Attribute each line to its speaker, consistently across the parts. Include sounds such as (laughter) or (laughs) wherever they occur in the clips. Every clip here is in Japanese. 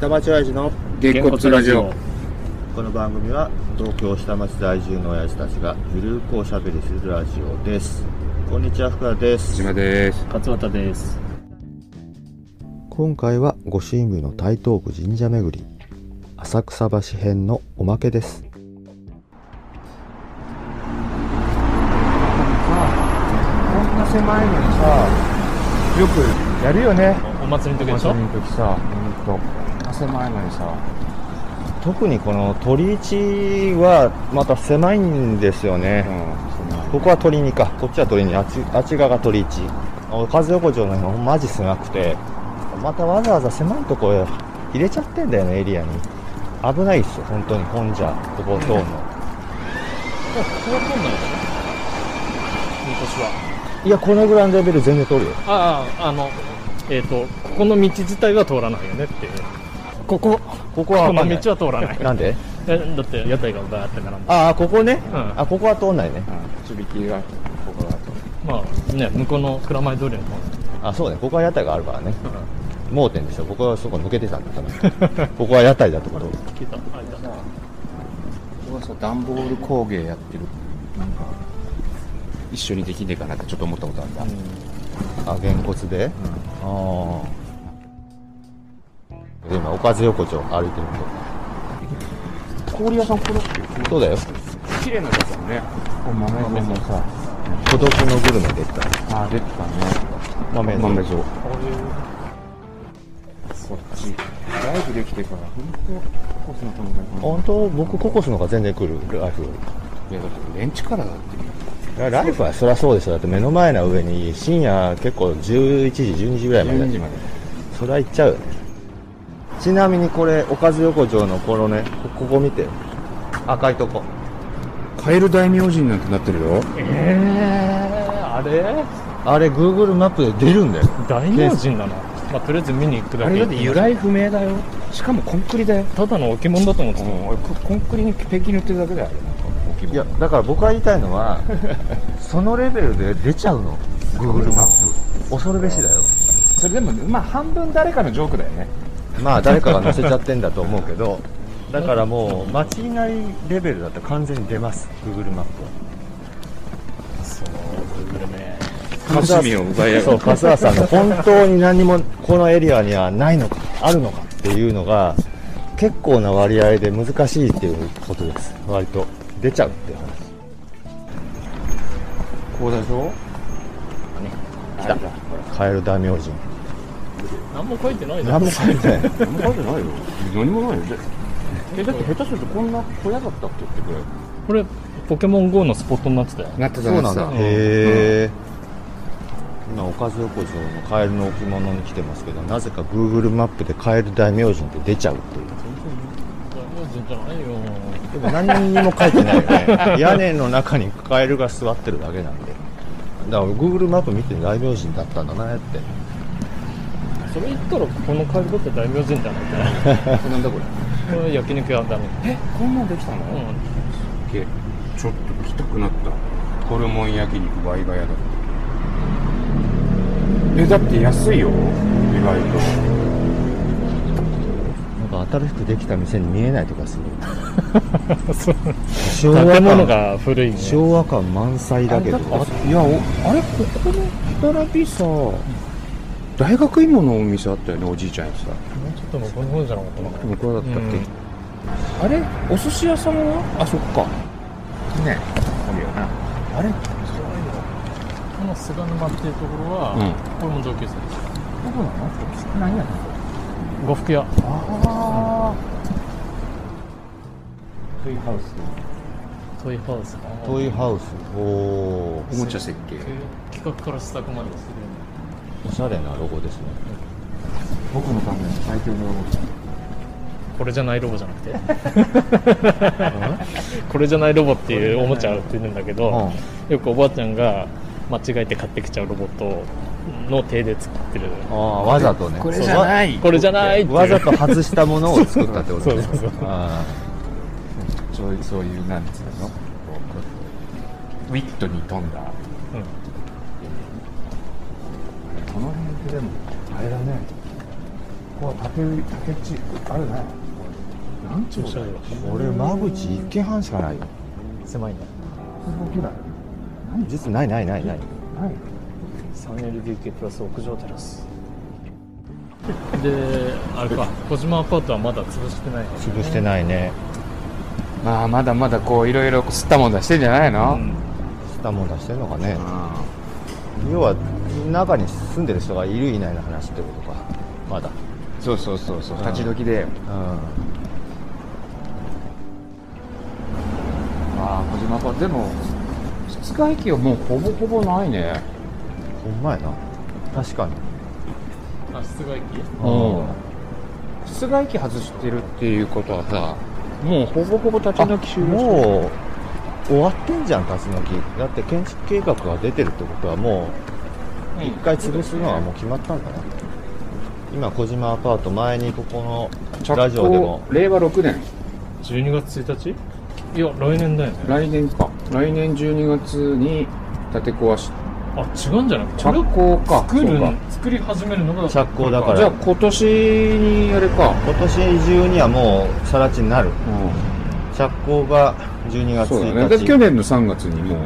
Speaker 1: 下町親父の
Speaker 2: げっこつラジオ。
Speaker 1: この番組は東京下町在住の親父たちがゆるくおしゃべりするラジオですこんにちは福田です
Speaker 2: 島です。
Speaker 3: 勝俣です。
Speaker 1: 今回はご神部の台東区神社巡り浅草橋編のおまけですこんな狭いのにさよくやるよね
Speaker 3: お祭りの時でしょ
Speaker 1: の時さほんと狭いのにさ特にこの鳥市はまた狭いんですよね、ここは鳥にかこっちは鳥にあっちあっち側が鳥市お風横丁の辺マジ狭くてまたわざわざ狭いとこへ入れちゃってんだよねエリアに危ないっすよ本当に混んじゃうここ通るの
Speaker 3: ここはんないでしょ今年は。
Speaker 1: いやこのぐらいのレベル全然通るよ
Speaker 3: ああ、あの、えっ、と、ここの道自体は通らないよねっていう。ここ、
Speaker 1: ここは
Speaker 3: こ
Speaker 1: 分か
Speaker 3: の
Speaker 1: んない
Speaker 3: 道は通らない。
Speaker 1: なんで
Speaker 3: えだって、屋台がバーって並んで。
Speaker 1: ああここね、
Speaker 3: うん
Speaker 1: あここは通んないね
Speaker 2: ちびきが、ここだと。
Speaker 3: まあね、向こうの蔵前通りの方
Speaker 1: あそうねここは屋台があるからね、盲点でしょここはそこ抜けてたんだ多分ここは屋台だって (laughs) こと
Speaker 3: 聞いた、あいた。
Speaker 2: ここはさ、段ボール工芸やってる。なんか、一緒にできねえかなってちょっと思ったことあるんだ。
Speaker 1: あげんこつで、ああで今おかず横丁歩いてるん
Speaker 2: 氷屋さん、この、
Speaker 1: でそうだよ
Speaker 2: 綺麗なやつだね。
Speaker 4: こう豆
Speaker 2: 豆も
Speaker 4: さ、
Speaker 1: 孤独のグルメ出た
Speaker 4: あ、出てたね。
Speaker 1: 豆の
Speaker 2: 豆状。そっち。ライブできてから、ほんと、コースの友達も。
Speaker 1: 本当僕ココスの方が全然来るライフよ
Speaker 2: いや、だって、レンチからだって。
Speaker 1: りライフはそりゃそうですよだって目の前な上に深夜結構11時12時ぐらいまでだ
Speaker 2: 12
Speaker 1: し
Speaker 2: 時まで。
Speaker 1: そりゃ行っちゃうよねちなみにこれおかず横丁のこのねこここ見て赤いとこ
Speaker 2: カエル大名人なんてなってるよ。
Speaker 3: ええー、あれ
Speaker 1: あれ Google マップで出るんだよ
Speaker 3: 大名人だな。まあ、とりあえず見に行くだけ。
Speaker 2: 不明だよ。しかもコンクリだよ。
Speaker 3: ただの置物だと思って
Speaker 2: う
Speaker 3: た。
Speaker 2: ん、俺ココンクリにペンキ塗ってるだけだよ、あれなんか大きいもん
Speaker 1: いやだから僕が言いたいのは (laughs) そのレベルで出ちゃうの Google マップ恐るべしだよ
Speaker 2: それでも、まあ、半分誰かのジョークだよね。
Speaker 1: まあ誰かが載せちゃってんだと思うけど (laughs) だからもう間違いないレベルだと完全に出ます Google マップは
Speaker 3: そう、グルメ。
Speaker 2: 楽しみを奪い合う
Speaker 1: そう春日さんの本当に何もこのエリアにはないのかあるのかっていうのが結構な割合で難しいっていうことです割と出ちゃうっていう話
Speaker 2: こうだでしょ
Speaker 1: 来たカエル大名人
Speaker 3: 何も書いてないだ
Speaker 1: 何
Speaker 3: ろ。
Speaker 1: も書いてない
Speaker 2: 何も書いてないよ。何もないよ。え、だって下手するとこんな小屋だったっけってくらい。
Speaker 3: これ、ポケモン GO のスポットになってたよ。
Speaker 2: なってた
Speaker 1: そうなんだ
Speaker 3: う
Speaker 1: へ
Speaker 3: ん
Speaker 1: え今おかず横丁のカエルの置物に来てますけどなぜか Google マップでカエル大名人って出ちゃうっていう
Speaker 3: 大名人じゃないよ。
Speaker 1: でも何にも書いてないよね屋根の中にカエルが座ってるだけなんでだから Google マップ見て大名人だったんだなって
Speaker 3: それ言ったらこのカエルだって大名人じゃないか
Speaker 2: なんだこれ。
Speaker 3: なこれ焼肉屋だね
Speaker 2: え、こんなんできたの
Speaker 3: う
Speaker 2: うんけちょっと来たくなった。ホルモン焼肉ワイガヤだって。え、だって安いよ。意外と。
Speaker 1: なんか新しくできた店に見えないとかする
Speaker 3: そう
Speaker 1: 昭
Speaker 3: 建物が古いね
Speaker 1: 昭和感満載だけど
Speaker 2: あいや、おあれ、ここの並びさ、大学芋のお店あったよね、おじいちゃんやつさ。
Speaker 3: ちょっと向こうの方じゃなかったかな
Speaker 2: 向こうだったっ
Speaker 3: うん
Speaker 2: け、あれお寿司屋さんはあそっかねあるよなあれ
Speaker 3: この菅沼っていうところは、
Speaker 2: う
Speaker 3: これも上級生です
Speaker 2: どこなの何や
Speaker 3: 呉服屋
Speaker 2: ああトイハウス
Speaker 3: トイハウス
Speaker 1: トイハウスおお
Speaker 2: おもちゃ設計
Speaker 3: 企画から試作まです
Speaker 1: おしゃれなロゴですね
Speaker 2: 僕のための最強のロボッ
Speaker 3: るこれじゃないロボじゃなくて (laughs) これじゃないロボっていうおもちゃ売ってるんだけど、よくおばあちゃんが間違えて買ってきちゃうロボットの手で作ってる
Speaker 1: ああわざとね
Speaker 2: これじゃない
Speaker 3: これじゃないっていう
Speaker 1: わざと外したものを作ったってことね
Speaker 3: そう (laughs) そうそう
Speaker 1: あ
Speaker 2: トそういうそういうなんつうのこうウィットに富んだ
Speaker 3: うん
Speaker 2: この辺ってでもあれだね
Speaker 4: こは竹売り竹地あるね
Speaker 2: 何丁だよ。
Speaker 1: 俺間口1軒半しかないよ
Speaker 3: 狭いね
Speaker 4: すごくない
Speaker 1: 実はないないないない
Speaker 4: ない
Speaker 3: 3LDK プラス屋上テラスであれか小島アパートはまだ潰してない
Speaker 1: 潰してないね
Speaker 2: まあ、まだまだこう、いろいろ吸ったもんだしてんじゃないの、
Speaker 3: うん
Speaker 1: したもん出してんのかね
Speaker 2: あ
Speaker 1: 要は中に住んでる人がいるいないの話ってことかまだ
Speaker 2: あそうそうそうそうう、
Speaker 1: ん
Speaker 2: 立ち退きで、
Speaker 1: う
Speaker 2: ああ、小島パでも、室外機はもうほぼほぼないね。
Speaker 1: んほんまやな確かに
Speaker 3: あ室外機
Speaker 2: うん室外機外してるっていうことはさ、もうほぼほぼ立ち退き終了してる。
Speaker 1: もう終わってんじゃん立ち退きだって建築計画が出てるってことはもう一回潰すのはもう決まったんかな今小島アパート前にここのラジオでも
Speaker 2: 着工令和6年。
Speaker 3: 12月1日いや来年だよね
Speaker 2: 来年か。来年12月に建て壊し、
Speaker 3: あ違うんじゃない
Speaker 2: 着工か。
Speaker 3: 作
Speaker 2: そう
Speaker 3: る
Speaker 2: か
Speaker 3: 作り始めるのが
Speaker 1: 着工だか
Speaker 2: じゃあ
Speaker 1: ら
Speaker 2: 今年にあれか。
Speaker 1: 今年中にはもう更地になる
Speaker 2: う
Speaker 1: 着工が12
Speaker 2: ん。
Speaker 1: 月
Speaker 2: そうだね。だ
Speaker 1: 1
Speaker 2: って去
Speaker 1: 日
Speaker 2: 年の3月にもう、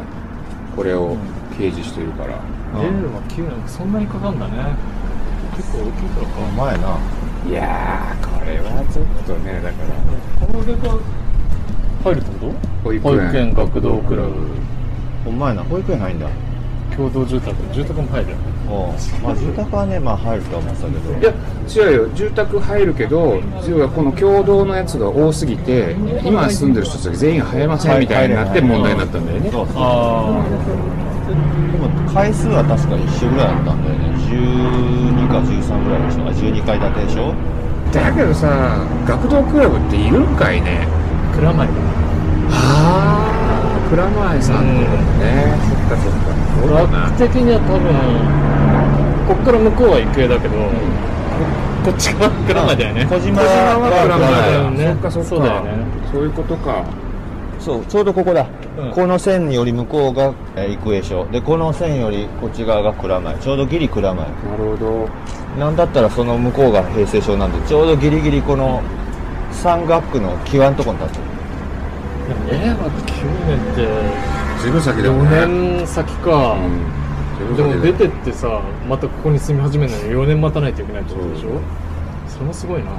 Speaker 2: これを掲示してるから。
Speaker 3: 出るは9年そんなにかかんだね結構大きいから
Speaker 1: ほんまやない
Speaker 2: やー、これはちょっとね、だから。
Speaker 3: かこれが入るってこ
Speaker 2: 保育
Speaker 3: 保育園学童クラブ
Speaker 1: ほんまやな保育園入んだ
Speaker 3: と共同住宅住宅も入る
Speaker 1: おうまあ住宅はねまあ入るとは思ってたけど
Speaker 2: いや違うよ住宅入るけど要はこの共同のやつが多すぎて今住んでる人たち全員入れませんみたいになって問題になったんだよね
Speaker 1: そうそう
Speaker 3: あ
Speaker 1: でも回数は確か一緒ぐらいだったんだよね12か13ぐらいの人が12階建てでしょ
Speaker 2: だけどさ学童クラブっているんかいね
Speaker 3: あ蔵前だ
Speaker 2: はあ蔵前さんってことねそっかそっかそうだな
Speaker 3: 僕的には多分こっから向こうは育英だけど、こっち側は蔵前だよね
Speaker 1: 小島
Speaker 2: 小島は
Speaker 1: は
Speaker 2: 蔵前だよねそっかそ
Speaker 3: そ
Speaker 2: っ
Speaker 3: うだよ
Speaker 2: か
Speaker 3: ね
Speaker 2: そういうことか
Speaker 1: そうちょうどここだ、
Speaker 3: うん
Speaker 1: この線より向こうがえー育英省でこの線よりこっち側が蔵前ちょうどギリ蔵前
Speaker 2: なるほど
Speaker 1: なんだったらその向こうが平成省なんでちょうどギリギリこの山岳区の際のとこに立ってる
Speaker 3: でもえ待って9年って
Speaker 2: ずいぶん先だもんね
Speaker 3: 4年先か、
Speaker 2: うん
Speaker 3: でも
Speaker 2: 随
Speaker 3: 出
Speaker 2: 分先だ
Speaker 3: てってさまたここに住み始めるのに4年待たないといけないってことでしょそれもすごいな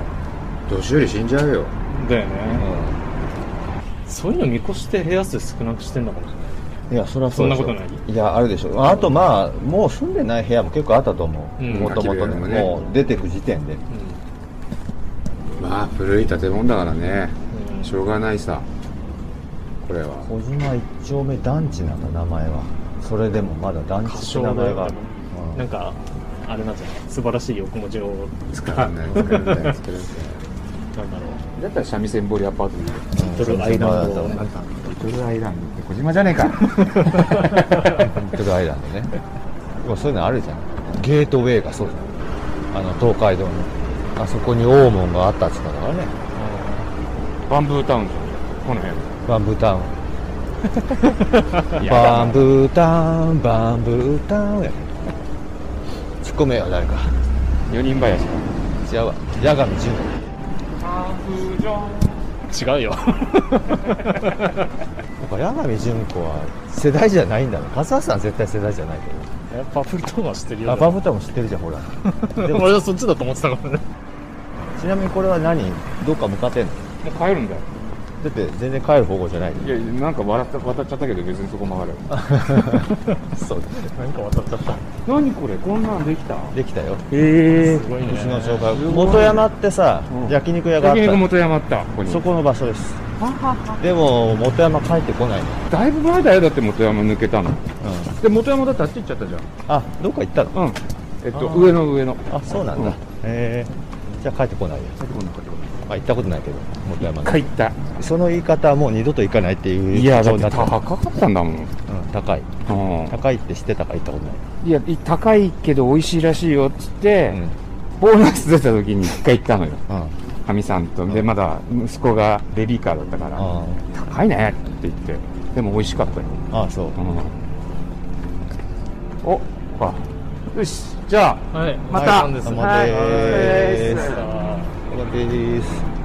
Speaker 2: 年寄り死んじゃうよ
Speaker 3: だよね、そういうの見越して部屋数少なくしてんだかもしれない
Speaker 1: いやそれは
Speaker 3: そんな
Speaker 1: でし
Speaker 3: こ
Speaker 1: ょ
Speaker 3: とない
Speaker 1: いやあるでしょあとまあもう住んでない部屋も結構あったと思う
Speaker 3: うん
Speaker 1: もともとね
Speaker 2: 空き部屋もね
Speaker 1: もう出てく時点で
Speaker 2: まあ古い建物だからね
Speaker 3: うん
Speaker 2: しょうがないさこれは
Speaker 1: 小島一丁目団地なんだ名前はそれでもまだ団
Speaker 3: 歌
Speaker 1: 地って
Speaker 3: 唱
Speaker 1: 名
Speaker 3: だ
Speaker 1: 前
Speaker 3: よ
Speaker 1: がある
Speaker 3: ね、なんかあれなんじゃない素晴らしい横文字を
Speaker 2: 使わない使わない使わない
Speaker 3: なんだろ
Speaker 2: だったら三味線堀アパートに
Speaker 3: うリトルアイランドをね
Speaker 2: リトルアイランドって小島じゃねえか
Speaker 1: リトルアイランドねでもそういうのあるじゃんゲートウェイがそうじゃんあの東海道のあそこに大門があったっつったからね
Speaker 2: (laughs) バンブータウンじゃんこの辺
Speaker 1: バンブータウンバンブータウンバンブータウンやツッコめよ誰か
Speaker 2: 四人林
Speaker 1: 違うわ八神純
Speaker 3: う違うよ
Speaker 1: なんか八神純子は世代じゃないんだね笠原さん絶対世代じゃないけど
Speaker 3: えパフルトーンは知ってるよ
Speaker 1: あバブタも知ってるじゃんほらでも
Speaker 3: 俺はそっちだと思ってたからね
Speaker 1: (laughs) ちなみにこれは何どっか向かってんの
Speaker 2: もう帰るんだよ
Speaker 1: だって全然帰る方向じゃない
Speaker 2: いやなんか笑った渡っちゃったけど別にそこ曲がる
Speaker 1: (laughs) そう
Speaker 3: なんか渡っちゃった
Speaker 2: 何これこんなんできた
Speaker 1: できたよ
Speaker 2: ええ
Speaker 3: すごいね
Speaker 1: うちの紹介元山ってさ、
Speaker 2: うん
Speaker 1: 焼肉屋があっ
Speaker 2: 焼肉
Speaker 1: た
Speaker 2: 元山あったここに
Speaker 1: そこの場所ですでも元山帰ってこないの、
Speaker 2: だいぶ前だよだって元山抜けたの
Speaker 1: うん、
Speaker 2: で元山だってあっち行っちゃったじゃん
Speaker 1: あどっか行ったの
Speaker 2: うんえっと
Speaker 1: あー
Speaker 2: 上の上の
Speaker 1: あそうなんだ、
Speaker 2: うん
Speaker 1: へえじゃあ帰ってこないよ、まあ、行ったことないけど元山
Speaker 2: 帰った
Speaker 1: その言い方はもう二度と行かないっていう
Speaker 2: いやだ
Speaker 1: そ
Speaker 2: っ
Speaker 1: う
Speaker 2: て
Speaker 1: なった
Speaker 2: 高かったんだも
Speaker 1: う
Speaker 2: ん
Speaker 1: ん、高い
Speaker 2: うん
Speaker 1: 高いって知ってたから行ったことない、
Speaker 2: いやい高いけど美味しいらしいよっつって、ボーナス出た時に一回行ったのよ
Speaker 1: うんうん
Speaker 2: かみさんとでまだ息子がベビーカーだったから、
Speaker 1: あ
Speaker 2: 高いねって言ってでも美味しかったよ、
Speaker 1: ああそう
Speaker 2: うん、おっよしじゃあ
Speaker 3: はい
Speaker 2: また
Speaker 3: お疲れ様です
Speaker 1: お疲れ様です
Speaker 3: はい
Speaker 1: れです